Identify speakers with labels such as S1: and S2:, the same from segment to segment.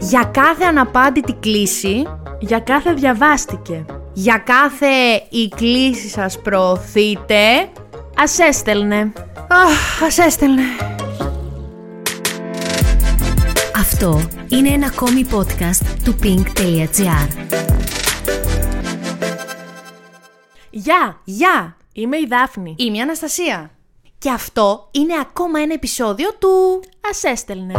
S1: Για κάθε αναπάντητη κλίση,
S2: Για κάθε διαβάστηκε.
S1: για κάθε η κλίση σας προωθείτε,
S2: Ας έστελνε.
S1: αχ, ας έστελνε.
S3: Αυτό είναι ένα ακόμη podcast του pink.gr.
S2: Γεια!
S1: Γεια,
S2: Είμαι η Δάφνη.
S1: είμαι η Αναστασία. Και αυτό είναι ακόμα ένα επεισόδιο του...
S2: Ας έστελνε.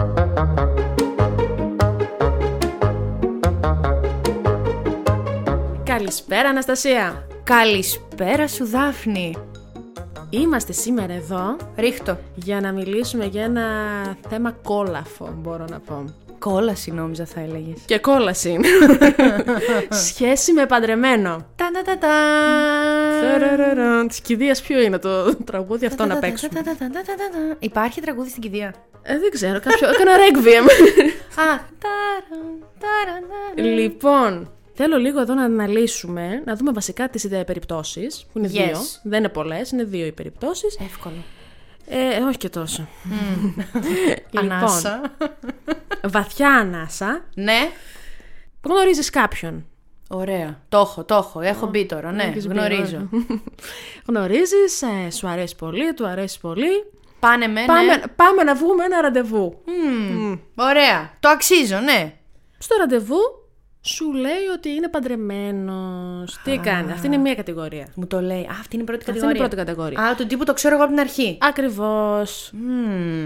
S2: Καλησπέρα Αναστασία.
S1: Καλησπέρα σου Δάφνη.
S2: Είμαστε σήμερα εδώ
S1: Ρίχτω.
S2: για να μιλήσουμε για ένα θέμα κόλαφο μπορώ να πω.
S1: Κόλαση νόμιζα θα έλεγες.
S2: Και κόλαση είναι. Σχέση με παντρεμένο.
S1: Τα τα τα
S2: Ταραραραν. Της κηδείας ποιο είναι το τραγούδι αυτό να παίξουμε.
S1: Υπάρχει τραγούδι στην κηδεία.
S2: Ε, δεν ξέρω, κάποιο έκανα ρέγβιεμ.
S1: Α, ταραν, ταραν, ταραν.
S2: Λοιπόν, θέλω λίγο εδώ να αναλύσουμε, να δούμε βασικά τις ιδέες περιπτώσεις, που είναι
S1: Yes.
S2: δύο, δεν είναι πολλές, είναι δύο οι περιπτώσεις.
S1: Εύκολο.
S2: Ε, όχι και τόσο. λοιπόν,
S1: Ανάσα.
S2: βαθιά ανάσα,
S1: Ναι.
S2: γνωρίζεις κάποιον.
S1: Ωραία. Το έχω, το έχω. Έχω μπει τώρα. Ναι,
S2: έχεις μπει,
S1: γνωρίζω.
S2: Γνωρίζεις, ε, σου αρέσει πολύ, του αρέσει πολύ.
S1: Πάνε με,
S2: Πάμε,
S1: ναι.
S2: πάμε να βγούμε ένα ραντεβού.
S1: Ωραία. Το αξίζω, ναι.
S2: Στο ραντεβού σου λέει ότι είναι παντρεμένος. Τι κάνει, αυτή είναι μία κατηγορία.
S1: Μου το λέει. Α, αυτή είναι η πρώτη
S2: Αυτή είναι η
S1: κατηγορία.
S2: πρώτη κατηγορία.
S1: Α, τον τύπο το ξέρω εγώ από την αρχή.
S2: Ακριβώς.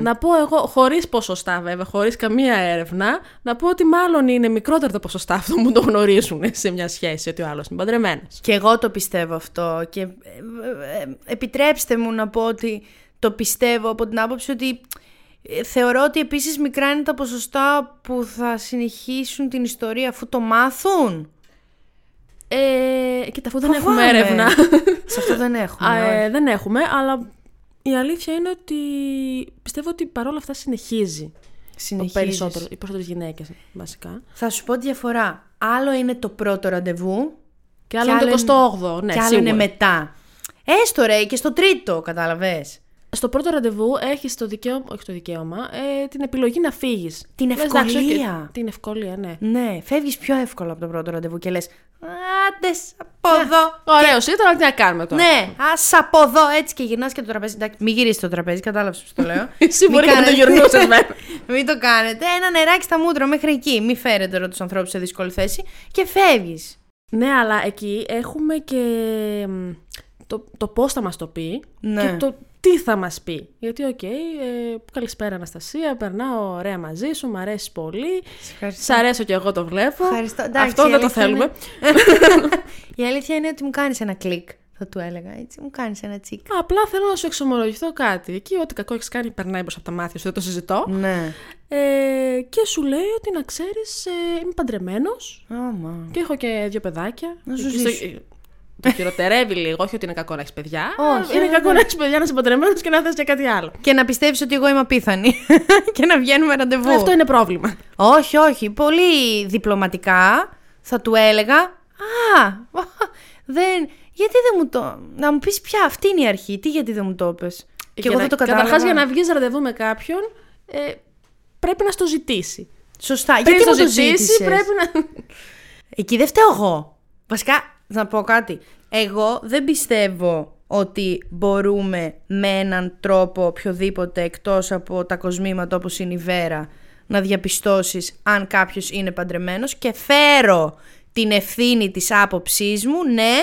S2: Να πω εγώ, χωρίς ποσοστά βέβαια, χωρίς καμία έρευνα, να πω ότι μάλλον είναι μικρότερο το ποσοστά αυτό που το γνωρίζουν σε μια σχέση, ότι ο άλλος είναι παντρεμένος.
S1: Και εγώ το πιστεύω αυτό. Και ε, ε, ε, επιτρέψτε μου να πω ότι το πιστεύω από την άποψη ότι ε, θεωρώ ότι επίσης μικρά είναι τα ποσοστά που θα συνεχίσουν την ιστορία αφού το μάθουν.
S2: Ε, κοίτα, αφού δεν
S1: Φοβάμαι.
S2: έχουμε έρευνα.
S1: Σε αυτό δεν
S2: Α,
S1: έχουμε.
S2: ε,
S1: όχι.
S2: δεν έχουμε, αλλά η αλήθεια είναι ότι πιστεύω ότι παρόλα αυτά συνεχίζει.
S1: Συνεχίζεις.
S2: Περισσότερο, οι περισσότερες γυναίκες βασικά.
S1: Θα σου πω τη διαφορά. Άλλο είναι το πρώτο ραντεβού
S2: Και άλλο είναι το 28ο, ναι,
S1: και άλλο
S2: σίγουρα.
S1: είναι μετά. Έστω ρε και στο τρίτο, κατάλαβες.
S2: Στο πρώτο ραντεβού έχεις το δικαίωμα, όχι το δικαίωμα, ε, την επιλογή να φύγεις.
S1: Την ευκολία.
S2: την ευκολία, ναι.
S1: Ναι, φεύγεις πιο εύκολα από το πρώτο ραντεβού και λες «Άντε, σ' από εδώ».
S2: Ωραίος ήταν, αλλά τι να κάνουμε τώρα.
S1: Ναι, ας από εδώ έτσι και γυρνάς και το τραπέζι. Εντάξει, μην γυρίσεις το τραπέζι, κατάλαβες πώς το λέω.
S2: Εσύ μπορεί
S1: Μην
S2: να το
S1: κάνετε-
S2: γυρνούσες βέβαια.
S1: Μην το κάνετε. Ένα νεράκι στα μούτρα μέχρι εκεί. Μην φέρετε ρε τους ανθρώπους σε δύσκολη θέση και φεύγεις.
S2: Ναι, αλλά εκεί έχουμε και μ, το, το πώς θα μας το πει
S1: Ναι.
S2: και το τι θα μας πει. Γιατί, οκ, ε, καλησπέρα Αναστασία, περνάω ωραία μαζί σου, μ' αρέσει πολύ.
S1: ευχαριστώ.
S2: Σ' αρέσω και εγώ το βλέπω.
S1: Ευχαριστώ. Εντάξει,
S2: Αυτό δεν το
S1: αλήθεια
S2: θέλουμε.
S1: είναι- Η αλήθεια είναι ότι μου κάνεις ένα κλικ, θα του έλεγα έτσι. Μου κάνεις ένα τσικ.
S2: Απλά θέλω να σου εξομολογηθώ κάτι. Εκεί, ό,τι κακό έχεις κάνει, περνάει μπροστά από τα μάτια σου, δεν το συζητώ.
S1: Ναι.
S2: Ε, και σου λέει ότι να ξέρεις, ε, είμαι παντρεμένος
S1: Άμα.
S2: και έχω και δύο παιδάκια.
S1: Να σου
S2: Εκεί στο- ε,
S1: ζήσει.
S2: Το χειροτερεύει λίγο, όχι ότι είναι κακό να έχεις παιδιά.
S1: Όχι,
S2: είναι
S1: ναι,
S2: κακό
S1: ναι.
S2: να έχεις παιδιά, να είσαι παντρεμένος και να θες και κάτι άλλο.
S1: Και να πιστεύεις ότι εγώ είμαι απίθανη και να βγαίνουμε ραντεβού.
S2: Αυτό είναι πρόβλημα.
S1: Όχι, όχι. Πολύ διπλωματικά θα του έλεγα. Α, δεν. Γιατί δεν μου το. Να μου πεις πια αυτή είναι η αρχή. Τι γιατί δεν μου το είπες. Και εγώ δεν το κατάλαβα.
S2: Καταρχάς, Ε, για να βγεις ραντεβού με κάποιον, ε, πρέπει να στο ζητήσει.
S1: Σωστά.
S2: Πριν
S1: Ε, γιατί μου το
S2: ζητήσεις,
S1: ζήτησες.
S2: πρέπει να.
S1: Εκεί δεν φταίω εγώ. Βασικά, να πω κάτι. Εγώ δεν πιστεύω ότι μπορούμε με έναν τρόπο οποιοδήποτε εκτός από τα κοσμήματα όπως είναι η Βέρα να διαπιστώσεις αν κάποιος είναι παντρεμένος και φέρω την ευθύνη της άποψής μου, ναι,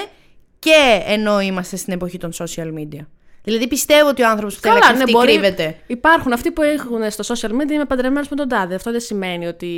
S1: και ενώ είμαστε στην εποχή των social media. Δηλαδή πιστεύω ότι ο άνθρωπος που θέλει να κρυφτεί κρύβεται.
S2: ναι, Υπάρχουν αυτοί που έχουν στο social media είμαι παντρεμένος με τον τάδε. Αυτό δεν σημαίνει ότι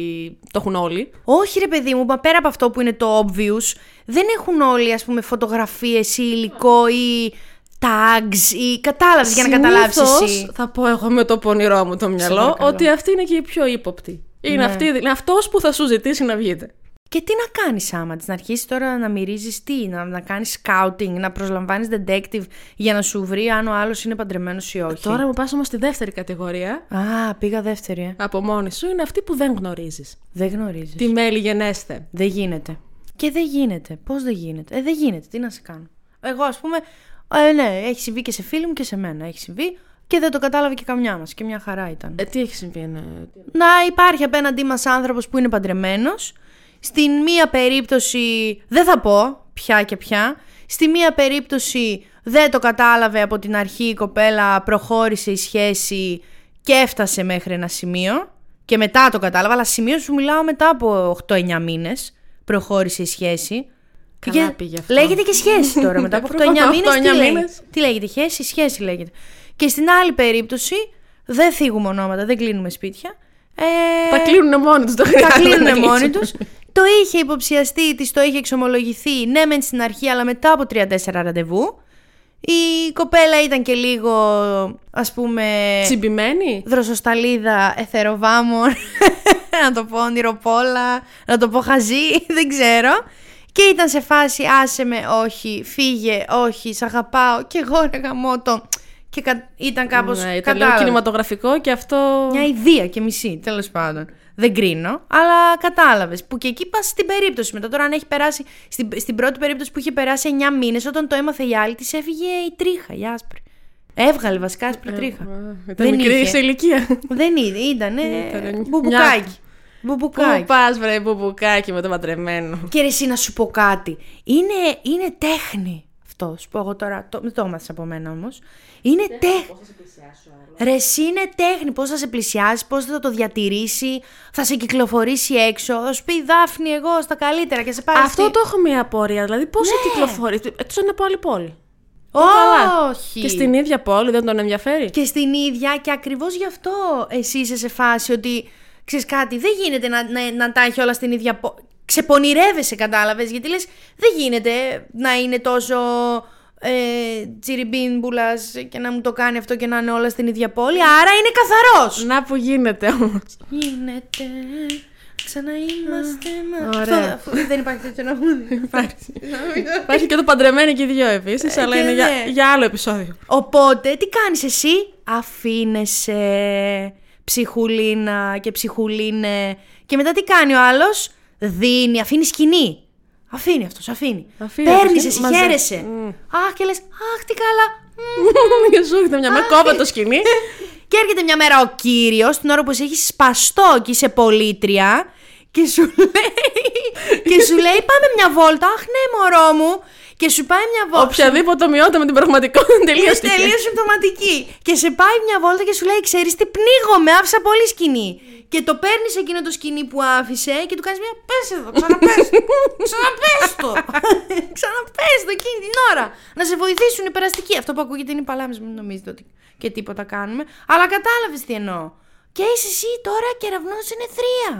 S2: το έχουν όλοι.
S1: Όχι ρε παιδί μου, μα πέρα από αυτό που είναι το obvious, δεν έχουν όλοι ας πούμε φωτογραφίες ή υλικό ή tags ή κατάλαβες για να καταλάβεις εσύ.
S2: Συνήθως, Θα πω εγώ με το πονηρό μου το μυαλό
S1: παρακαλώ.
S2: ότι αυτή είναι και η πιο ύποπτη. Είναι, αυτή, είναι αυτός που θα σου ζητήσει να βγείτε.
S1: Ναι. Και τι να κάνεις άμα της, να αρχίσεις τώρα να μυρίζεις τι, να, να κάνεις scouting, να προσλαμβάνεις detective για να σου βρει αν ο άλλος είναι παντρεμένος ή όχι.
S2: Ε, Τώρα μου πας όμως στη δεύτερη κατηγορία.
S1: Α, πήγα δεύτερη, ε.
S2: Από μόνη σου είναι αυτή που δεν γνωρίζεις.
S1: Δεν γνωρίζεις.
S2: Τι μέλη γενέστε.
S1: Δεν γίνεται. Και δεν γίνεται. Πώς δεν γίνεται. Ε, δεν γίνεται. Τι να σε κάνω. Εγώ, ας πούμε, ε, ναι, έχει συμβεί και σε φίλοι μου και σε μένα. Έχει συμβεί. Και δεν το κατάλαβε και καμιά μας. Και μια χαρά ήταν.
S2: Ε, τι έχει συμβεί, ναι.
S1: να υπάρχει απέναντί μας άνθρωπος που είναι παντρεμένος. Στην μία περίπτωση, δεν θα πω πια και πια, στη μία περίπτωση δεν το κατάλαβε από την αρχή η κοπέλα, προχώρησε η σχέση και έφτασε μέχρι ένα σημείο και μετά το κατάλαβα, αλλά σημείο σου μιλάω μετά από 8-9 μήνες προχώρησε η σχέση.
S2: Καλά πήγε αυτό.
S1: Λέγεται και σχέση τώρα. μετά από 8-9
S2: 8-9
S1: μήνες, τι, λέει?
S2: μήνες.
S1: τι λέγεται, σχέση, σχέση λέγεται. Και στην άλλη περίπτωση, δεν θίγουμε ονόματα, δεν κλείνουμε σπίτια. Ε,
S2: Τα κλείνουν μόνοι τους.
S1: τα κλείνουν μόνοι του.
S2: Ε,
S1: Το είχε υποψιαστεί, της το είχε εξομολογηθεί, ναι, μεν στην αρχή, αλλά μετά από 3-4 ραντεβού. Η κοπέλα ήταν και λίγο, ας πούμε,
S2: Τσιμπημένοι.
S1: δροσοσταλίδα εθεροβάμων, να το πω όνειροπόλα, να το πω χαζή, δεν ξέρω. Και ήταν σε φάση άσε με, όχι, φύγε, όχι, σ' αγαπάω και εγώ ρε γαμώτο. Και κα- ήταν κάπως,
S2: Ναι, ήταν λίγο
S1: κατάλαβες.
S2: κινηματογραφικό και αυτό.
S1: Μια ιδέα και μισή, τέλος πάντων. Δεν κρίνω, αλλά κατάλαβες. Που και εκεί πας στην περίπτωση μετά. Τώρα, αν έχει περάσει. Στην, στην πρώτη περίπτωση που είχε περάσει 9 μήνες, όταν το έμαθε η άλλη, της έφυγε η τρίχα, η άσπρη. Έβγαλε βασικά άσπρη τρίχα.
S2: Ήταν μικρή σε ηλικία.
S1: Δεν είδε, ήταν.
S2: Ήταν Ε, μια-
S1: Μπουμπουκάκι.
S2: Πού
S1: Μπουμπουκάκι.
S2: πας, βρε, μπουμπουκάκι με το παντρεμένο.
S1: Και ρε, εσύ να σου πω κάτι. Είναι, είναι τέχνη αυτός. Σου πω εγώ τώρα. Το, μην το έμαθες από μένα όμως. Είναι τέχνη. Ρε, εσύ είναι τέχνη. Πώς θα σε πλησιάσει, πώς θα το διατηρήσει, θα σε κυκλοφορήσει έξω. Θα σου πει Δάφνη, εγώ στα καλύτερα και σε πάρει.
S2: Αυτό το έχω μια απορία. Δηλαδή, πώς
S1: Ναι.
S2: κυκλοφορεί. Εκτό είναι από άλλη πόλη.
S1: το. Όχι.
S2: Και στην ίδια πόλη δεν τον ενδιαφέρει.
S1: Και στην ίδια και ακριβώς γι' αυτό εσύ είσαι σε φάση ότι ξέρεις κάτι, δεν γίνεται να, να, να τα έχει όλα στην ίδια πο... Ξεπονηρεύεσαι κατάλαβες γιατί λες δεν γίνεται να είναι τόσο ε, τσιριμπίμπουλας και να μου το κάνει αυτό και να είναι όλα στην ίδια πόλη άρα είναι καθαρός.
S2: Να που γίνεται όμως.
S1: Γίνεται, ξαναείμαστε μαζί.
S2: Ωραία.
S1: Αυτό- αυτό- Δεν υπάρχει τέτοιο τραγούδι.
S2: Υπάρχει και το παντρεμένο και οι δύο επίσης, αλλά
S1: και
S2: είναι
S1: ναι.
S2: για, για άλλο επεισόδιο.
S1: Οπότε, τι κάνεις εσύ, αφήνεσαι ψυχουλίνα και ψυχουλίνε και μετά τι κάνει ο άλλος, δίνει, αφήνει σκηνή. Αφήνει αυτός, αφήνει.
S2: Αφήνει,
S1: Παίρνεις
S2: αφήνει,
S1: εσύ,
S2: μαζε-
S1: χαίρεσαι.
S2: Μμμ.
S1: Αχ και λες, αχ τι καλά. Μμμ.
S2: Και σου έρχεται μια με κόβα το σκηνή.
S1: και έρχεται μια μέρα ο κύριος, την ώρα που εσύ έχεις σπαστό και είσαι πολίτρια και σου λέει, και σου λέει πάμε μια βόλτα, αχ ναι μωρό μου. Και σου πάει μια βόλτα.
S2: Οποιαδήποτε ομοιότητα με την πραγματικότητα είναι τελείω
S1: Είναι τελείως συμπτωματική. Και σε πάει μια βόλτα και σου λέει: Ξέρεις τι πνίγομαι, άφησα πολύ σκηνή. Και το παίρνεις εκείνο το σκηνή που άφησε και του κάνεις μια. Πες εδώ, ξαναπες. ξαναπες το. ξαναπες το εκείνη την ώρα. Να σε βοηθήσουν οι περαστικοί. Αυτό που ακούγεται είναι παλάμη, μην νομίζετε ότι και τίποτα κάνουμε. Αλλά κατάλαβες τι εννοώ. Και είσαι εσύ τώρα κεραυνό είναι θρία.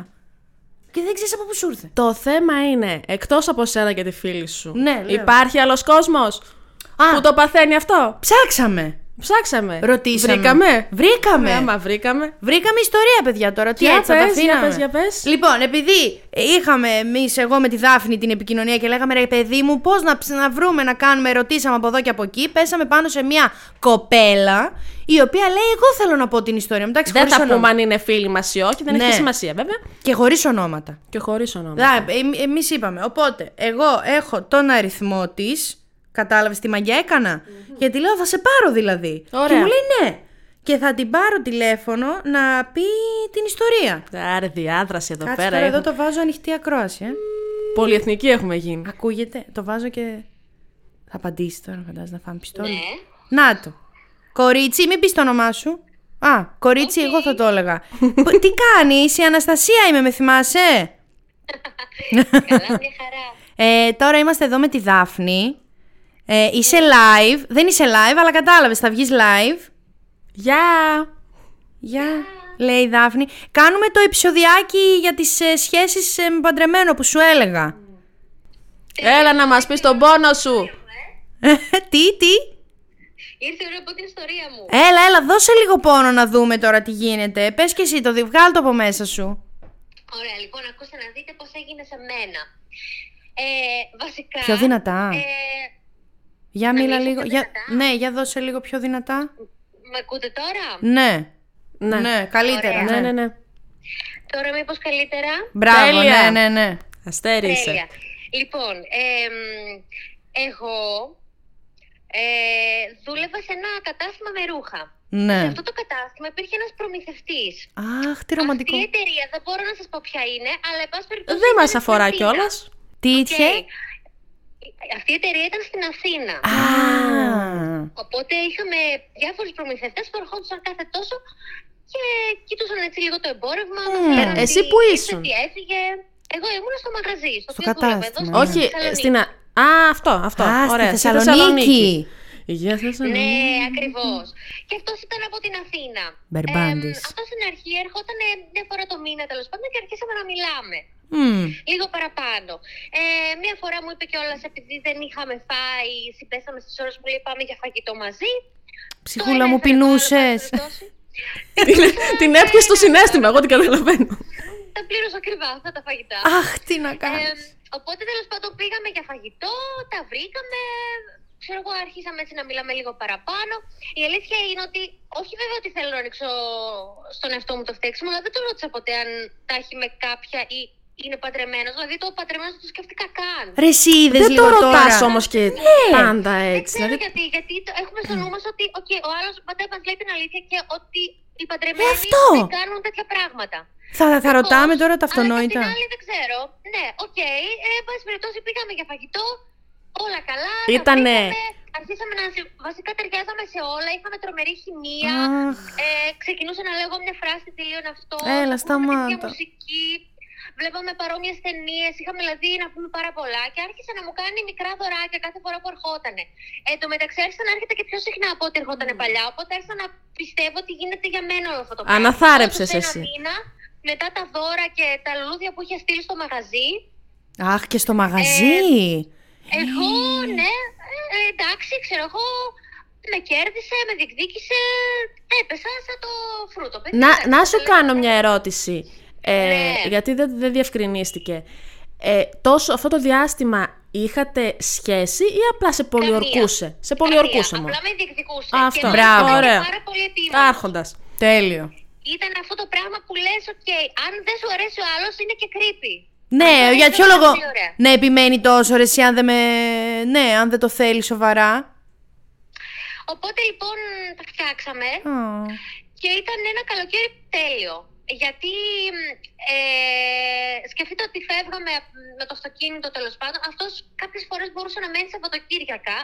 S1: Και δεν ξέρεις από πού σου ήρθε.
S2: Το θέμα είναι, εκτός από σένα και τη φίλη σου,
S1: Ναι, λέω.
S2: υπάρχει άλλος κόσμος
S1: Α.
S2: που το παθαίνει αυτό.
S1: Ψάξαμε.
S2: Ψάξαμε.
S1: Ρωτήσαμε.
S2: Βρήκαμε.
S1: Βρήκαμε.
S2: Ναι, άμα βρήκαμε.
S1: Βρήκαμε ιστορία, παιδιά, τώρα. Τι
S2: Για
S1: έτσι, θα τα
S2: πες, για
S1: αφήναμε.
S2: πες, για πες.
S1: Λοιπόν, επειδή είχαμε εμείς, εγώ με τη Δάφνη την επικοινωνία και λέγαμε ρε παιδί μου, πώς να, ψ- να βρούμε να κάνουμε, ρωτήσαμε από εδώ και από εκεί. Πέσαμε πάνω σε μια κοπέλα η οποία λέει: Εγώ θέλω να πω την ιστορία μου. Εντάξει,
S2: Δεν
S1: χωρίς
S2: θα πούμε
S1: ονόματα.
S2: αν είναι φίλοι μας ή όχι, δεν
S1: Ναι.
S2: έχει και σημασία βέβαια.
S1: Και χωρίς ονόματα.
S2: Και χωρίς ονόμα.
S1: Δα, εμείς είπαμε. Οπότε, εγώ έχω τον αριθμό της. Κατάλαβες τι μαγιά έκανα? Γιατί λέω, θα σε πάρω δηλαδή. Και
S2: Ωραία.
S1: μου λέει ναι. Και θα την πάρω τηλέφωνο να πει την ιστορία.
S2: Άρα διάδραση εδώ
S1: Κάτσε
S2: πέρα.
S1: τώρα εδώ
S2: έχουμε.
S1: το βάζω ανοιχτή ακρόαση. Ε.
S2: Πολυεθνική έχουμε γίνει.
S1: Ακούγεται, το βάζω και. Θα απαντήσει τώρα, φαντάζομαι να φάμε πιστόλι.
S4: Ναι.
S1: Να το. Κορίτσι, μην πεις το όνομά σου. Α, κορίτσι, εγώ θα το έλεγα. Π- Τι κάνει, η Αναστασία είμαι, με θυμάσαι.
S4: Καλά, μια χαρά.
S1: Ε, τώρα είμαστε εδώ με τη Δάφνη. Ε, είσαι live. Δεν είσαι live, αλλά κατάλαβες, θα βγεις live.
S2: Γεια!
S1: Γεια, λέει η Δάφνη. Κάνουμε το επεισοδιάκι για τις ε, σχέσεις ε, με παντρεμένο που σου έλεγα.
S2: Έλα να μας πεις τον πόνο σου.
S1: Ε, τι, τι.
S4: Ήρθε η ώρα από την ιστορία μου.
S1: Έλα, έλα, δώσε λίγο πόνο να δούμε τώρα τι γίνεται. Πες και εσύ το δι... βγάλ' το από μέσα σου.
S4: Ωραία, λοιπόν, ακούστε να δείτε πώς έγινε σε μένα. Ε, βασικά...
S1: Πιο δυνατά.
S4: Ε,
S1: Για
S4: να
S1: μίλα
S4: μιλήσω
S1: λίγο.
S4: πιο
S1: Για...
S4: δυνατά.
S1: Ναι, για δώσε λίγο πιο δυνατά.
S4: με ακούτε τώρα?
S1: Ναι. Ναι, καλύτερα.
S2: Ναι,
S4: Ωραία.
S2: ναι, ναι.
S4: Τώρα μήπως καλύτερα?
S1: Μπράβο,
S2: Τέλεια.
S1: ναι, ναι, ναι.
S2: Αστέρι είσαι.
S4: Τέλεια. Λοιπόν, εμ, εγώ ε, δούλευα σε ένα κατάστημα με ρούχα. Σε
S1: Ναι.
S4: αυτό το κατάστημα υπήρχε ένας προμηθευτής.
S1: Αχ, τι ρομαντικό.
S4: Αυτή η εταιρεία δεν μπορώ να σας πω ποια είναι, αλλά εν πάση περιπτώσει.
S2: Δεν
S4: ήταν
S2: μας
S4: στην
S2: αφορά
S4: Αθήνα.
S2: κιόλας.
S1: Τι είχε.
S4: Και Αυτή η εταιρεία ήταν στην Αθήνα.
S1: Α.
S4: Οπότε είχαμε διάφορους προμηθευτές που ερχόντουσαν κάθε τόσο και κοιτούσαν έτσι λίγο το εμπόρευμα. μας
S1: Ε,
S4: λέγανε
S2: εσύ
S4: τι
S2: πού
S4: ήρθε,
S2: ήσουν?
S4: Τι έφυγε. Εγώ ήμουν στο μαγαζί, στο,
S1: Στο
S4: οποίο δούλευα, εδώ
S1: κατάστημα,
S4: στην
S1: ναι.
S2: Όχι, ε,
S4: Θεσσαλονίκη.
S2: στην. Α, Α, αυτό, αυτό.
S1: Α, στη
S2: Ωραία.
S1: Θεσσαλονίκη.
S2: Γεια
S4: Ναι,
S2: Θεσσαλονίκη.
S4: ακριβώς. Και αυτός ήταν από την Αθήνα.
S1: Μπερμπάντης.
S4: αυτός στην αρχή έρχονταν ε, μια φορά το μήνα τέλος πάντων και αρχίσαμε να μιλάμε.
S1: Μμμ.
S4: Λίγο παραπάνω. Ε, μία φορά μου είπε κιόλας επειδή δεν είχαμε φάει, συμπέσαμε στις ώρες που λέει πάμε για φαγητό μαζί. Το
S1: Ψυχούλα
S4: ένα
S1: μου
S4: έφερε το άλλο, το
S1: πεινούσε.
S4: έφερε το άλλο.
S2: Την- Την έπιασε στο συνέστημα, εγώ την καταλαβαίνω.
S4: Τα πλήρωσα ακριβά αυτά τα φαγητά.
S1: Αχ, τι να
S4: Ε,
S1: κάνω.
S4: οπότε τέλος πάντων πήγαμε για φαγητό, τα βρήκαμε. Ξέρω εγώ, αρχίσαμε έτσι να μιλάμε λίγο παραπάνω. Η αλήθεια είναι ότι, όχι βέβαια ότι θέλω να ρίξω στον εαυτό μου το φταίξιμο, αλλά δεν το ρώτησα ποτέ αν τα έχει με κάποια ή είναι παντρεμένος. Δηλαδή το παντρεμένο δεν το σκέφτηκα καν.
S1: Ρε εσύ είδες
S2: Δεν το
S1: λίγο
S2: ρωτά
S1: τώρα. Ναι.
S2: όμως και πάντα
S4: Δεν
S2: έτσι.
S4: ξέρω
S2: Δηλαδή,
S4: γιατί, γιατί το έχουμε στο νου μας ότι okay, ο άλλος πατέρας μας λέει την αλήθεια και ότι οι παντρεμένοι
S1: αυτό!
S4: δεν κάνουν τέτοια πράγματα.
S1: Θα, θα ρωτάμε τώρα τα
S4: Αλλά
S1: αυτονόητα.
S4: απ' την άλλη δεν ξέρω. Ναι, οκ. Okay. Ε, εν πάση περιπτώσει πήγαμε για φαγητό. Όλα καλά. τα
S2: Ήτανε-
S4: βρήκαμε, Αρχίσαμε να. συ- Βασικά ταιριάζαμε σε όλα. Είχαμε τρομερή χημεία.
S1: Αχ.
S4: Ε, ξεκινούσα να λέγω μια φράση τελείων αυτό.
S1: Έλα,
S4: Ακούσαμε την ίδια
S1: σταμάτα.
S4: μουσική. Βλέπαμε παρόμοιες ταινίες. Είχαμε δηλαδή να πούμε πάρα πολλά. Και άρχισε να μου κάνει μικρά δωράκια κάθε φορά που ερχότανε. Ε, εν τω μεταξύ άρχισε να έρχεται και πιο συχνά από ό,τι ερχόταν
S2: Mm.
S4: παλιά. Οπότε άρχισα να πιστεύω ότι γίνεται για μένα όλο αυτό το πράγμα.
S2: Αναθάρεψες
S4: Όσο σε ένα
S2: εσύ.
S4: μήνα, μετά τα δώρα και τα λουλούδια που είχε στείλει στο μαγαζί,
S1: Αχ, και στο μαγαζί.
S4: Ε, εγώ, ναι, ε, εντάξει, ξέρω εγώ, με κέρδισε, με διεκδίκησε, έπεσα σαν το φρούτο. Παιδιά,
S2: να,
S4: εντάξει,
S2: να σου
S4: το λέω.
S2: κάνω μια ερώτηση. Ε,
S4: Ε, Ναι.
S2: Γιατί δεν, δεν διευκρινίστηκε. Ε, τόσο, αυτό το διάστημα είχατε σχέση ή απλά σε πολιορκούσε. Σε πολιορκούσε
S4: Καμία,
S2: μόνο.
S4: Απλά με διεκδικούσε.
S2: Αυτό.
S4: Και με
S1: Μπράβο.
S4: έκανε
S2: Ωραία.
S4: Πάρα πολύ επίμονη.
S2: Άρχοντα.
S4: Ε,
S1: Τέλειο.
S4: Ήταν αυτό το πράγμα που λες, οκ, αν δεν σου αρέσει ο άλλος είναι και creepy.
S1: Ναι,
S4: Αυτό
S1: για
S4: είναι
S1: ποιο
S4: πάρα
S1: λόγο
S4: πολύ ωραία.
S1: ναι, επιμένει τόσο ρε εσύ αν δεν με... Ναι, αν δεν το θέλει σοβαρά.
S4: Οπότε λοιπόν τα φτιάξαμε.
S1: Α,
S4: Και ήταν ένα καλοκαίρι τέλειο. Γιατί μ, ε, σκεφτείτε ότι φεύγαμε με το αυτοκίνητο τέλος πάντων. Αυτός κάποιες φορές μπορούσε να μένει Σαββατοκύριακα.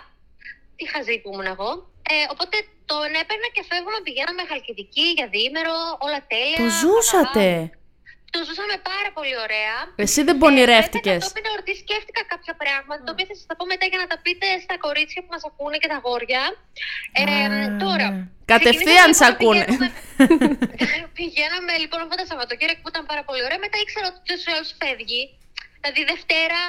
S4: Τι χαζή που ήμουν εγώ. Ε, οπότε τον έπαιρνα και φεύγαμε, πηγαίναμε Χαλκιδική για διήμερο, όλα τέλεια.
S1: το
S4: χαλαρά.
S1: ζούσατε.
S4: Το ζούσαμε πάρα πολύ ωραία.
S2: Εσύ δεν
S4: Ε,
S2: πονηρεύτηκε.
S4: βέβαια, κατόπιν εορτής σκέφτηκα κάποια πράγματα, τα οποία θα σας τα πω μετά για να τα πείτε στα κορίτσια που μας ακούνε και τα γόρια. Ε,
S1: Α,
S4: τώρα.
S1: ναι.
S2: Κατευθείαν
S4: ξεκινήσαμε,
S2: σ' ακούνε.
S4: πηγαίναμε- Πηγαίναμε λοιπόν αυτά τα Σαββατοκύρια που ήταν πάρα πολύ ωραία. Μετά ήξερα ότι τους άλλου φεύγει. Δηλαδή Δευτέρα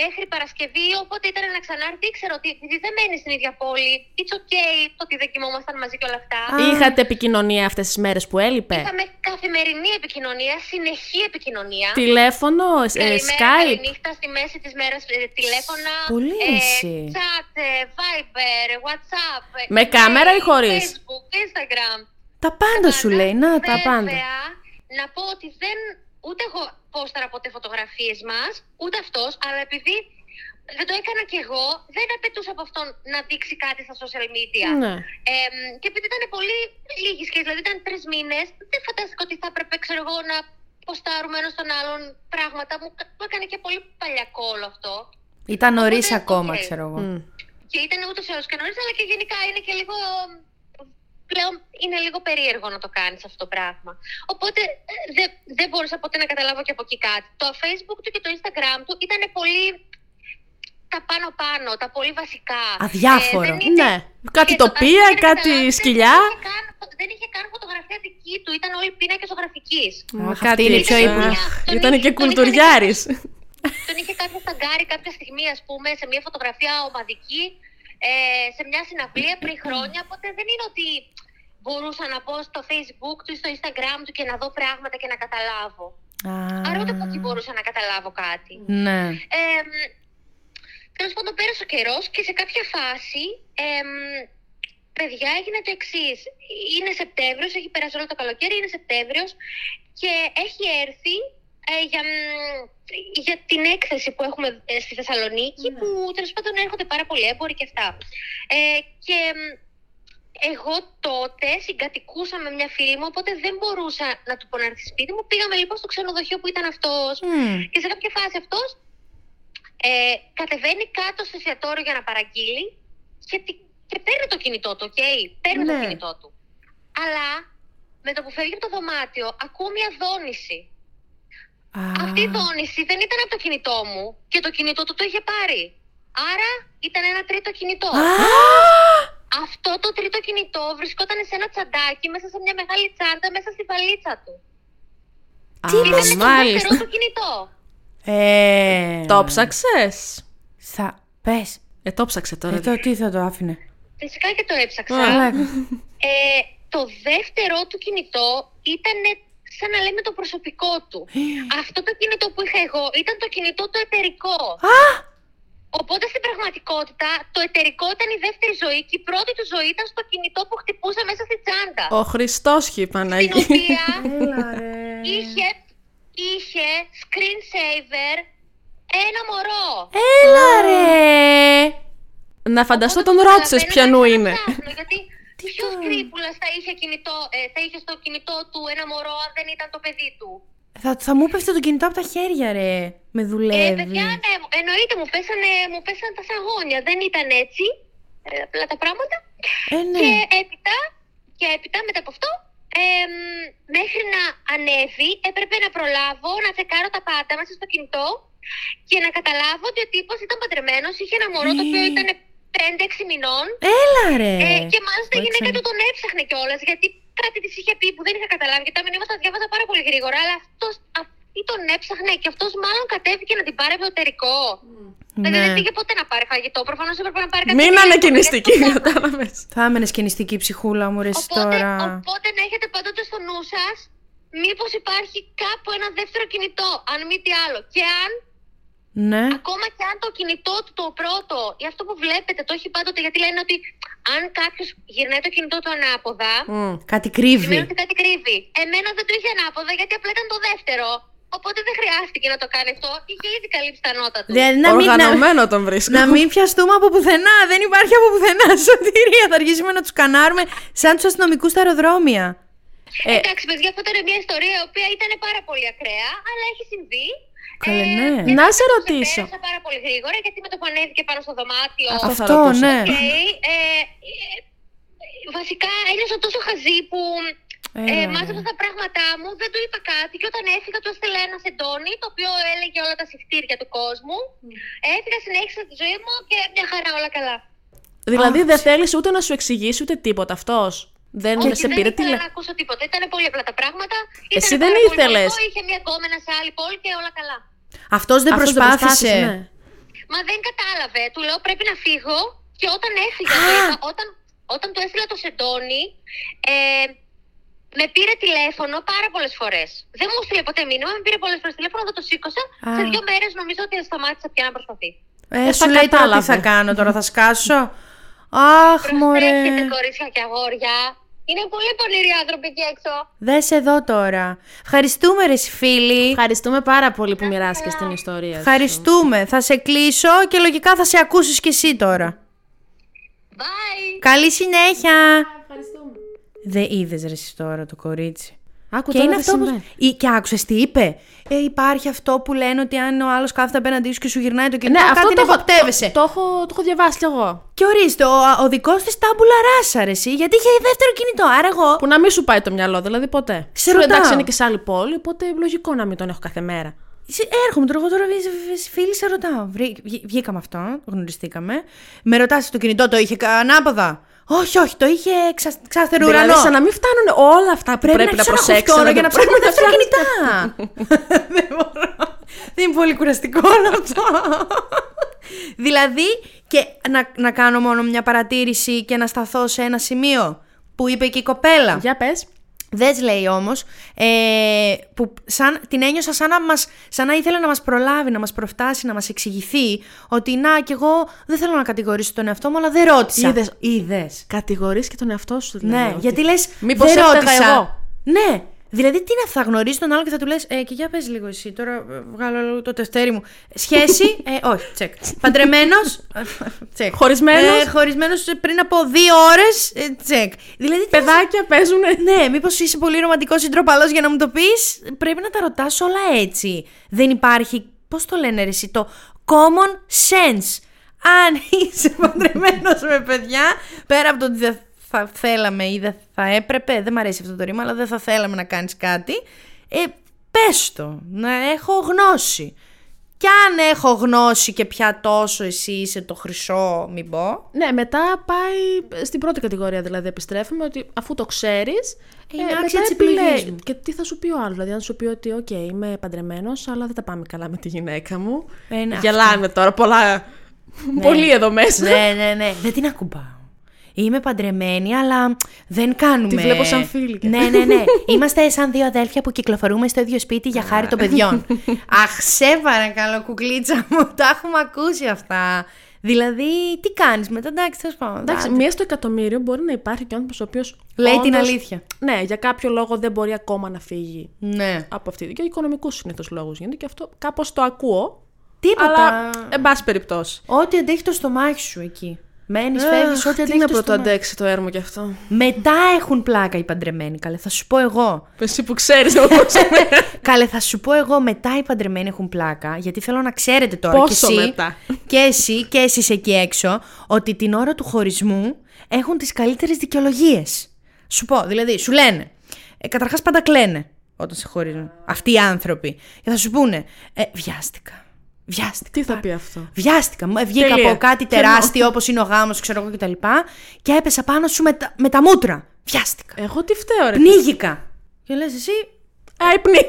S4: μέχρι Παρασκευή, όποτε ήταν να ξανάρθει, ήξερα ότι επειδή δεν μένει στην ίδια πόλη, it's okay το ότι δεν κοιμόμασταν μαζί και όλα αυτά.
S2: Είχατε επικοινωνία αυτές τις μέρες που έλειπε.
S4: Είχαμε καθημερινή επικοινωνία, συνεχή επικοινωνία.
S2: Τηλέφωνο, ε, ε, Skype.
S4: νύχτα στη μέση της μέρας, ε, τηλέφωνα, ε,
S1: Πολύ εσύ.
S4: chat, ε, Viber, WhatsApp. ε,
S2: Με
S4: email,
S2: κάμερα ή χωρίς?
S4: Facebook, Instagram.
S1: Τα πάντα σου λέει, να τα
S4: Βέβαια,
S1: πάντα.
S4: να πω ότι δεν, ούτε εγώ πόσταρα ποτέ φωτογραφίες μας, ούτε αυτός, αλλά επειδή δεν το έκανα κι εγώ, δεν απαιτούσα από αυτόν να δείξει κάτι στα social media.
S2: Ναι.
S4: Ε, και επειδή ήταν πολύ λίγη σχέση, δηλαδή ήταν τρεις μήνες, δεν φαντάστηκα ότι θα έπρεπε ξέρω εγώ, να ποστάρουμε ένας τον άλλον πράγματα. Μου, μου έκανε και πολύ παλιακό όλο αυτό.
S1: Ήταν νωρίς
S4: Οπότε,
S1: ακόμα,
S4: οκ.
S1: ξέρω εγώ.
S2: Μμ.
S4: Και ήταν ούτως ή άλλως και νωρίς, αλλά και γενικά είναι και λίγο. Πλέον είναι λίγο περίεργο να το κάνεις αυτό το πράγμα. Οπότε ε, δεν δεν μπόρεσα ποτέ να καταλάβω και από εκεί κάτι. Το Facebook του και το Instagram του ήταν πολύ τα πάνω-πάνω, τα πολύ βασικά. Ε,
S1: Αδιάφορο.
S4: δεν είναι-
S2: Ναι. Κάτι
S4: και το-
S2: τοπία,
S4: δεν
S2: κάτι
S4: καταλάβαινε,
S2: σκυλιά.
S4: Δεν είχε, καν, δεν είχε καν φωτογραφία δική του, ήταν όλοι πίνακε ζωγραφικής.
S1: Αχ, αυτή
S2: Κάτι
S1: είναι πιο
S2: σαν-
S1: ύπουλη.
S4: Τον
S2: Ήταν
S4: είχε-
S2: και
S4: τον είχαν
S2: κουλτουριάρης.
S4: Τον είχε κάποιο σταγκάρι κάποια στιγμή, ας πούμε, σε μια φωτογραφία ομαδική, ε, σε μια συναυλία πριν χρόνια. Οπότε δεν είναι ότι μπορούσα να πω στο Facebook του ή στο Instagram του και να δω πράγματα και να καταλάβω.
S1: Α,
S4: Άρα ούτε από εκεί μπορούσα να καταλάβω κάτι.
S1: Ναι.
S4: Ε, Τέλος πάντων, πέρασε ο καιρός και σε κάποια φάση, εμ, παιδιά, έγινε το εξής. Είναι Σεπτέμβριος, έχει περάσει όλο το καλοκαίρι, είναι Σεπτέμβριος και έχει έρθει ε, για, μ, για την έκθεση που έχουμε ε, στη Θεσσαλονίκη, που τέλος πάντων έρχονται πάρα πολλοί έμποροι και αυτά. Ε, και μ, Εγώ τότε συγκατοικούσα με μια φίλη μου, οπότε δεν μπορούσα να του πω να έρθει σπίτι μου. Πήγαμε λοιπόν στο ξενοδοχείο που ήταν αυτός.
S1: Μμμ.
S4: Και σε κάποια φάση αυτός ε, κατεβαίνει κάτω στο εστιατόριο για να παραγγείλει και, τη- και παίρνει το κινητό του, οκ. Παίρνει το
S1: Ναι.
S4: κινητό του. Αλλά με το που φεύγει από το δωμάτιο, ακούω μια δόνηση.
S1: Α,
S4: Αυτή η δόνηση δεν ήταν από το κινητό μου και το κινητό του το είχε πάρει. Άρα ήταν ένα τρίτο κινητό. Αυτό το τρίτο κινητό βρισκόταν σε ένα τσαντάκι μέσα σε μια μεγάλη τσάντα μέσα στη βαλίτσα του.
S2: Α,
S4: Ήταν το δεύτερο
S2: μάλιστα.
S4: του κινητό.
S1: Ε,
S2: Το ψάξες.
S1: Θα πες.
S2: Ε, το ψάξε
S1: Ε,
S2: τώρα.
S1: το τι θα το άφηνε.
S4: Φυσικά και το έψαξα.
S2: Α,
S1: Καλά.
S4: Ε, το δεύτερο του κινητό ήταν σαν να λέμε το προσωπικό του. Αυτό το κινητό που είχα εγώ ήταν το κινητό το εταιρικό. Οπότε στην πραγματικότητα το εταιρικό ήταν η δεύτερη ζωή και η πρώτη του ζωή ήταν στο κινητό που χτυπούσα μέσα στη τσάντα.
S2: Ο Χριστός και η
S4: Στην
S2: Παναγία.
S4: οποία
S1: Έλα ρε.
S2: Ναι.
S4: είχε, είχε screen saver ένα μωρό.
S1: Έλα ρε.
S2: Να φανταστώ
S4: Οπότε
S2: τον
S4: το
S2: ρώτησες
S4: καταλαβαίνω,
S2: ποιανού
S4: άρχισα να
S2: είναι.
S4: ψάχνω, Γιατί ποιο κρύπουλα θα, είχε κινητό, ε, θα είχε στο κινητό του ένα μωρό αν δεν ήταν το παιδί του.
S1: Θα, θα μου πέφτει το κινητό από τα χέρια ρε. Με
S4: Ε,
S1: δουλεύει.
S4: παιδιά, ναι, μου- εννοείται, μου πέσανε, μου πέσανε τα σαγόνια. Δεν ήταν έτσι. ε, απλά τα πράγματα.
S1: Ε, ναι.
S4: Και έπειτα, και έπειτα μετά από αυτό, εμ, μέχρι να ανέβει, έπρεπε να προλάβω να τσεκάρω τα πάντα μέσα στο κινητό και να καταλάβω ότι ο τύπος ήταν παντρεμένος, είχε ένα μωρό το οποίο ήταν 5-6 μηνών
S1: Έλα ρε.
S4: ε, και μάλιστα η
S1: το
S4: γυναίκα
S1: ήξερα.
S4: του τον έψαχνε κιόλας γιατί κάτι της είχε πει που δεν είχα καταλάβει και τα μηνύματα τα διάβαζα πάρα πολύ γρήγορα. Αλλά αυτός, αυτή τον έψαχνε και αυτός μάλλον κατέβηκε να την πάρει από το εταιρικό. Δηλαδή δεν
S1: Ναι.
S4: πήγε ποτέ να πάρει φαγητό. Προφανώς έπρεπε να πάρει κάτι.
S2: Μην
S4: γρήγορο,
S2: ανακοινιστική,
S4: γιατί το ψάχναμε.
S2: κατάλαβες.
S1: Θα έμενε σκηνιστική ψυχούλα μου ρε εσύ
S4: Οπότε,
S1: τώρα.
S4: οπότε να έχετε πάντοτε στο νου σας μήπως υπάρχει κάπου ένα δεύτερο κινητό, αν μη τι άλλο. Και αν
S1: Ναι.
S4: Ακόμα και αν το κινητό του το πρώτο ή αυτό που βλέπετε το έχει πάντοτε, γιατί λένε ότι αν κάποιος γυρνάει το κινητό του ανάποδα,
S2: Μμ.
S1: Κάτι
S4: σημαίνει
S1: κρύβει.
S4: ότι κάτι κρύβει. Εμένα δεν το είχε ανάποδα γιατί απλά ήταν το δεύτερο. Οπότε δεν χρειάστηκε να το κάνει αυτό. Είχε ήδη καλύψει τα νότα του.
S2: Ναι,
S1: Δηλαδή να μην, να,
S2: Οργανωμένο τον βρίσκω.
S1: να μην πιαστούμε από πουθενά. Δεν υπάρχει από πουθενά σωτηρία. Θα αργήσουμε να τους κανάρουμε σαν τους αστυνομικούς στα αεροδρόμια. Ε,
S2: ναι.
S4: Εντάξει, παιδιά, αυτό ήταν μια ιστορία η οποία ήταν πάρα πολύ ακραία, αλλά έχει συμβεί.
S1: Καλέ, ναι.
S4: δεν
S2: Ε. Να σε
S4: το
S2: ρωτήσω.
S4: ξεπέρασα πάρα πολύ γρήγορα γιατί με το που ανέβηκε πάνω στο δωμάτιο.
S2: Αυτό θα
S1: Αυτό,
S2: ρωτούσα.
S1: ναι.
S4: Οκ, ε, ε, βασικά ένιωσα τόσο χαζή που ε,
S1: Έλα,
S2: ναι.
S4: μάζεψα τα πράγματά μου, δεν του είπα κάτι και όταν έφυγα του έστειλα ένα σεντόνι το οποίο έλεγε όλα τα συκτήρια του κόσμου.
S2: Ναι.
S4: Έφυγα, συνέχισα τη ζωή μου και μια χαρά όλα καλά.
S2: Δηλαδή
S1: Αχ,
S2: δεν θέλεις ούτε να σου εξηγήσει ούτε τίποτα αυτός. Δεν
S4: Όχι,
S2: Ε, ναι, σε
S4: δεν
S2: πήρε
S4: ήθελα
S2: τηλε.
S4: να ακούσω τίποτα. Ήταν πολύ απλά τα πράγματα.
S2: Εσύ
S4: Ήτανε
S2: δεν
S4: πάρα πολύ
S2: ήθελες.
S4: βολικό, Είχε μια κόμενα σε άλλη πόλη και όλα καλά.
S1: Αυτός δεν
S2: Αυτός
S1: προσπάθησε.
S2: ναι.
S4: Μα δεν κατάλαβε. Του λέω πρέπει να φύγω. Και όταν έφυγα, το είπα, όταν, όταν του έστειλα το σεντόνι, ε, με πήρε τηλέφωνο πάρα πολλές φορές. Δεν μου έστειλε ποτέ μήνυμα, με πήρε πολλές φορές τηλέφωνο, δεν το σήκωσα.
S1: Α.
S4: Σε δύο μέρες νομίζω ότι σταμάτησα πια να προσπαθεί.
S1: Ε,
S2: Ε,
S1: σου
S2: τα
S1: λέει τώρα τι
S2: κατάλαβε.
S1: θα κάνω τώρα, θα σκάσω. Αχ, μωρέ.
S4: Προσέχετε, κορίτσια και αγόρια. Είναι πολύ πονηροί άνθρωποι εκεί έξω.
S1: Δες σε εδώ τώρα. Ευχαριστούμε, ρε εσύ, φίλη.
S2: Ευχαριστούμε πάρα πολύ που μοιράστηκε την ιστορία. σου.
S1: Ευχαριστούμε. Θα σε κλείσω και λογικά θα σε ακούσεις κι εσύ τώρα.
S4: Bye!
S1: Καλή συνέχεια. Δεν είδες ρε εσύ τώρα το κορίτσι.
S2: Άκου
S1: Και
S2: τώρα
S1: είναι
S2: τι
S1: αυτό που.
S2: συμβαίνει.
S1: Ή- Και άκουσες τι είπε. Ε, υπάρχει αυτό που λένε ότι αν ο άλλος κάθεται απέναντί σου και σου γυρνάει το
S2: Ναι,
S1: κινητό,
S2: αυτό
S1: κάτι
S2: το,
S1: να
S2: έχω,
S1: υποπτεύεσαι.
S2: το, το έχω, το έχω διαβάσει κι εγώ.
S1: Και ορίστε, ο, ο δικός της τάμπουλα ράσα, ρε, εσύ, γιατί είχε δεύτερο κινητό. Άρα εγώ.
S2: Που να μην σου πάει το μυαλό, δηλαδή ποτέ.
S1: Σε
S2: Σου λέω,
S1: ρωτάω.
S2: Εντάξει, είναι και σε άλλη πόλη, οπότε λογικό να μην τον έχω κάθε μέρα.
S1: Σε- Έρχομαι τώρα, εγώ τώρα β- β- φίλη σε ρωτάω. Βρή- βγή- Βγήκαμε αυτό, γνωριστήκαμε. Με ρωτάς το κινητό το είχε κα- ανάποδα. Όχι, όχι, το είχε ξα- ξάστερο ουρανό.
S2: Δηλαδή, σαν να μην φτάνουν όλα αυτά που πρέπει, να,
S1: αρχίσω
S2: προσέξω.
S1: χουφτώνω για να
S2: πρέπει
S1: ψάχνω δεύτερα
S2: ψάξω.
S1: κινητά. Δεν μπορώ. Δεν είναι πολύ κουραστικό όλο αυτό. δηλαδή, και να, να κάνω μόνο μια παρατήρηση και να σταθώ σε ένα σημείο που είπε και η κοπέλα.
S2: Για πες.
S1: Δες λέει όμως, ε, που σαν, την ένιωσα σαν να, μας, σαν να ήθελε να μας προλάβει, να μας προφτάσει, να μας εξηγηθεί ότι να κι εγώ δεν θέλω να κατηγορήσω τον εαυτό μου, αλλά δεν ρώτησα.
S2: Είδες.
S1: Είδες.
S2: Κατηγορείς και τον εαυτό σου, δηλαδή.
S1: Ναι,
S2: ότι-
S1: γιατί λες
S2: Μήπως
S1: δεν
S2: έφταιγα
S1: ρώτησα.
S2: εγώ.
S1: Ναι, Δηλαδή, τι να θα γνωρίσει τον άλλο και θα του λες: ε, Και για πες λίγο εσύ. Τώρα ε, βγάλω λίγο το τευτέρι μου. Σχέση. Ε, όχι, τσεκ. Παντρεμένος. τσεκ.
S2: Χωρισμένος.
S1: Ε, Χωρισμένος πριν από δύο ώρες. Ε, τσεκ. Δηλαδή, τι να σε-
S2: Παιδάκια παίζουν.
S1: ναι, μήπως είσαι πολύ ρομαντικός ή ντροπαλός για να μου το πεις. Πρέπει να τα ρωτάς όλα έτσι. Δεν υπάρχει. Πώς το λένε ρε, εσύ, το common sense. Αν είσαι παντρεμένος με παιδιά, πέρα από το ότι δεν θα θέλαμε ή δεν θα έπρεπε, δεν μου αρέσει αυτό το ρήμα, αλλά δεν θα θέλαμε να κάνεις κάτι. Ε, πες το, να έχω γνώση. Κι αν έχω γνώση και πια τόσο εσύ είσαι το χρυσό, μην πω.
S2: Ναι, μετά πάει στην πρώτη κατηγορία δηλαδή επιστρέφουμε ότι αφού το ε, ξέρει.
S1: Ε, είναι άξια της επιλογής μου.
S2: Και τι θα σου πει ο άλλος. Δηλαδή, αν σου πει ότι, οκ, είμαι παντρεμένος, αλλά δεν τα πάμε καλά με τη γυναίκα μου.
S1: Ε, ναι,
S2: Γελάμε τώρα, πολλά. Πολύ εδώ μέσα.
S1: ναι, ναι, ναι. Δεν την ακουμπάω. Είμαι παντρεμένη, αλλά δεν κάνουμε.
S2: Τη βλέπω σαν φίλη και-
S1: Ναι, ναι, ναι. Είμαστε σαν δύο αδέλφια που κυκλοφορούμε στο ίδιο σπίτι για χάρη των παιδιών. Αχ, σε παρακαλώ, κουκλίτσα μου. Τα έχουμε ακούσει αυτά. Δηλαδή, τι κάνεις μετά, εντάξει, τέλος πάντων.
S2: Εντάξει,
S1: άντε.
S2: μία στο εκατομμύριο μπορεί να υπάρχει και άνθρωπος ο οποίος.
S1: Λέει την αλήθεια.
S2: Ναι, για κάποιο λόγο δεν μπορεί ακόμα να φύγει
S1: Ναι.
S2: από αυτή. Και οικονομικούς συνήθως λόγους γίνεται και αυτό κάπως το ακούω.
S1: Τίποτα.
S2: Αλλά, εν πάση περιπτώσει.
S1: Ό,τι αντέχει το στομάχι σου εκεί. Μένεις,
S2: Αχ,
S1: φεύγεις, ό,τι
S2: τι
S1: αντέχει
S2: να
S1: το στομάχι.
S2: πρωτοαντέξει το έρμο κι αυτό.
S1: Μετά έχουν πλάκα οι παντρεμένοι, καλέ. Θα σου πω εγώ.
S2: Εσύ που ξέρεις να
S1: Καλέ, θα σου πω εγώ μετά οι παντρεμένοι έχουν πλάκα, γιατί θέλω να ξέρετε τώρα
S2: Πόσο
S1: και εσύ,
S2: μετά?
S1: και εσύ και εσείς εκεί έξω, ότι την ώρα του χωρισμού έχουν τις καλύτερες δικαιολογίες. Σου πω, δηλαδή, σου λένε, ε, καταρχάς πάντα κλαίνε όταν σε χωρίζουν αυτοί οι άνθρωποι. Και θα σου πούνε, ε, βιάστηκα, βιάστηκα.
S2: Τι θα πει αυτό.
S1: Βιάστηκα. Μου βγήκα
S2: Τελεία.
S1: από κάτι
S2: Κενό.
S1: τεράστιο όπως είναι ο γάμος, ξέρω εγώ κτλ. Και έπεσα πάνω σου με τα, με τα μούτρα. Βιάστηκα.
S2: Εγώ τι φταίω, ρε.
S1: Πνίγηκα. Και λες εσύ,
S2: Άι, πνί.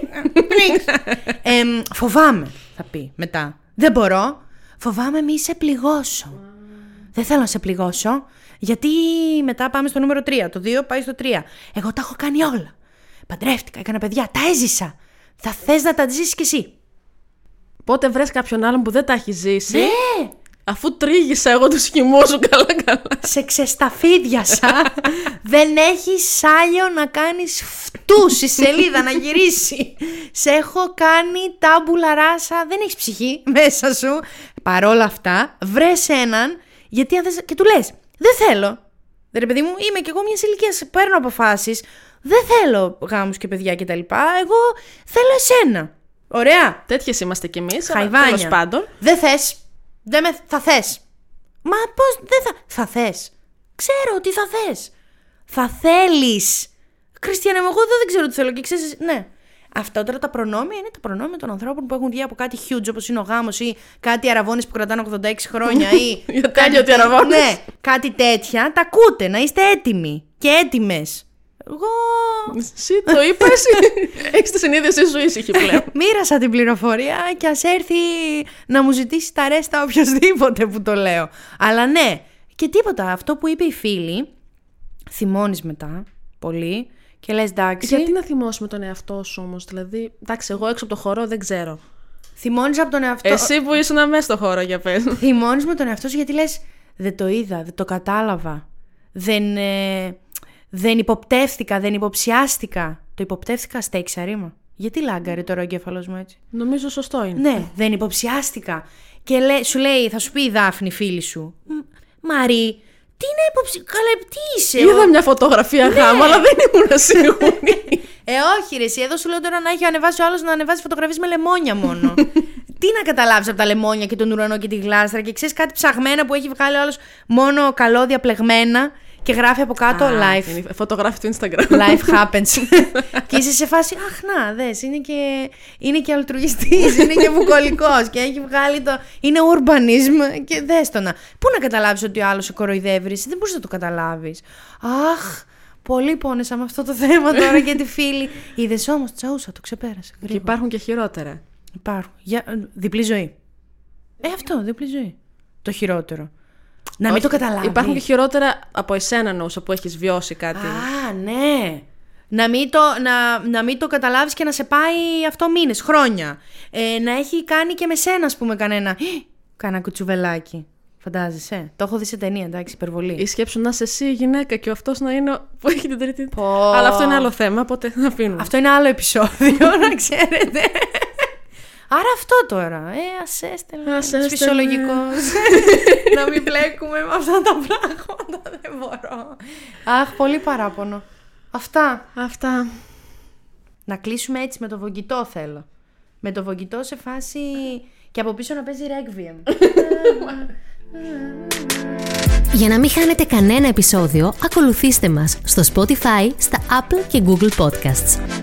S1: Εμ, φοβάμαι, θα πει μετά. Δεν μπορώ. Φοβάμαι μη σε πληγώσω. Δεν θέλω να σε πληγώσω. Γιατί μετά πάμε στο νούμερο 3. Το 2 πάει στο 3. Εγώ τα έχω κάνει όλα. Παντρεύτηκα, έκανα παιδιά, τα έζησα. Θα θες να τα ζήσεις κι εσύ.
S2: Πότε βρες κάποιον άλλον που δεν τα έχει ζήσει.
S1: Ναι!
S2: Αφού τρίγησα εγώ του χυμό σου καλά-καλά.
S1: σε ξεσταφίδιασα. Δεν έχεις άλλο να κάνεις φτούς η σελίδα να γυρίσει. σε έχω κάνει τάμπουλα ράσα. Δεν έχεις ψυχή μέσα σου. Παρόλα αυτά, βρες έναν γιατί αν θες- και του λες: Δεν θέλω. Ρε παιδί μου, είμαι κι εγώ μιας ηλικίας. Παίρνω αποφάσεις. Δεν θέλω γάμους και παιδιά κτλ. Εγώ θέλω εσένα. Ωραία.
S2: Τέτοιες είμαστε κι εμείς.
S1: Χαϊβάνια.
S2: Τέλος πάντων.
S1: Δεν θες. Δεν με... Θα θες. Μα πώς δεν θα. Θα θες. Ξέρω ότι θα θες. Θα θέλεις. Χριστιανέ, μου, εγώ δεν ξέρω τι θέλω και ξέρεις. Ναι. Αυτά τώρα τα προνόμια είναι τα προνόμια των ανθρώπων που έχουν βγει από κάτι huge όπως είναι ο γάμος ή κάτι αραβώνες που κρατάνε 86 χρόνια ή.
S2: Για
S1: κάτι
S2: τέλειο ότι
S1: τέ-
S2: αραβώνες.
S1: Ναι, κάτι τέτοια. Τα ακούτε, να είστε έτοιμοι και έτοιμες. Εγώ.
S2: Εσύ το είπες. Έχεις τη συνείδησή σου ήσυχη πλέον.
S1: Μοίρασα την πληροφορία και ας έρθει να μου ζητήσει τα ρέστα οποιοδήποτε που το λέω. Αλλά ναι, και τίποτα. Αυτό που είπε η φίλη, θυμώνεις μετά πολύ και λες εντάξει.
S2: Γιατί να θυμώσουμε τον εαυτό σου όμως. Δηλαδή, εντάξει, εγώ έξω από το χώρο δεν ξέρω.
S1: Θυμώνεις από τον εαυτό
S2: Εσύ που ήσουν μέσα στο χώρο για πες.
S1: Θυμώνεις με τον εαυτό σου γιατί λες δεν το είδα, δεν το κατάλαβα. Δεν, ε, δεν υποπτεύθηκα, δεν υποψιάστηκα. Το υποπτεύθηκα στα εξαρίμα. Γιατί λάγκαρε τώρα ο εγκέφαλος μου έτσι.
S2: Νομίζω σωστό είναι.
S1: Ναι, δεν υποψιάστηκα. Και λέ, σου λέει, θα σου πει η Δάφνη, φίλη σου. «Μ, Μαρή, τι να υποψι... Καλά, τι είσαι. ο-
S2: Είδα μια φωτογραφία γάμου, αλλά δεν ήμουν σίγουρη.
S1: Ε, όχι, ρε, εσύ, εδώ σου λέω τώρα να έχει ανεβάσει ο άλλος να ανεβάσει φωτογραφίες με λεμόνια μόνο. τι να καταλάβεις από τα λεμόνια και τον ουρανό και τη γλάστρα και ξέρεις κάτι ψαγμένα που έχει βγάλει ο άλλος μόνο καλώδια πλεγμένα και γράφει από κάτω live.
S2: Φωτογράφη του Instagram.
S1: Life happens. και είσαι σε φάση, αχ, να, δες, είναι και, είναι και αλτρουιστής, είναι και βουκολικός και έχει βγάλει το... Είναι urbanism και δες το να. Πού να καταλάβεις ότι ο άλλος σε κοροϊδεύει, ρε, εσύ δεν μπορείς να το καταλάβεις. Αχ, πολύ πόνεσα με αυτό το θέμα τώρα και τη φίλη. Είδες όμως, τσαούσα, το ξεπέρασε.
S2: Και
S1: Γρήγορα.
S2: υπάρχουν και χειρότερα.
S1: Υπάρχουν. Για, διπλή ζωή. Ε, αυτό, διπλή ζωή. Το χειρότερο. Να μην
S2: Όχι,
S1: το καταλάβεις.
S2: Υπάρχουν και χειρότερα από εσένα νοούσα που έχεις βιώσει κάτι.
S1: Α, ναι. Να μην το, να, να μην το καταλάβεις και να σε πάει αυτό μήνες, χρόνια. Ε, να έχει κάνει και με σένα, ας πούμε, κανένα. «Χι, Κάνα κουτσουβελάκι. Φαντάζεσαι. Το έχω δει σε ταινία, εντάξει, υπερβολή.
S2: Ή σκέψου να είσαι εσύ η γυναίκα και ο αυτός να είναι ο- που έχει την τρίτη.
S1: Πω.
S2: Αλλά αυτό είναι άλλο θέμα, οπότε θα αφήνουμε.
S1: Αυτό είναι άλλο επεισόδιο, να ξέρετε. Άρα αυτό τώρα. Ε, ας έστελνε.
S2: Ας έστελνε.
S1: φυσιολογικός. να μην μπλέκουμε με αυτά τα πράγματα. Δεν μπορώ. Αχ, πολύ παράπονο. Αυτά.
S2: Αυτά.
S1: Να κλείσουμε έτσι με το βογγητό θέλω. Με το βογγητό σε φάση... Και από πίσω να παίζει Requiem.
S3: Για να μην χάνετε κανένα επεισόδιο, ακολουθήστε μας στο Spotify, στα Apple και Google Podcasts.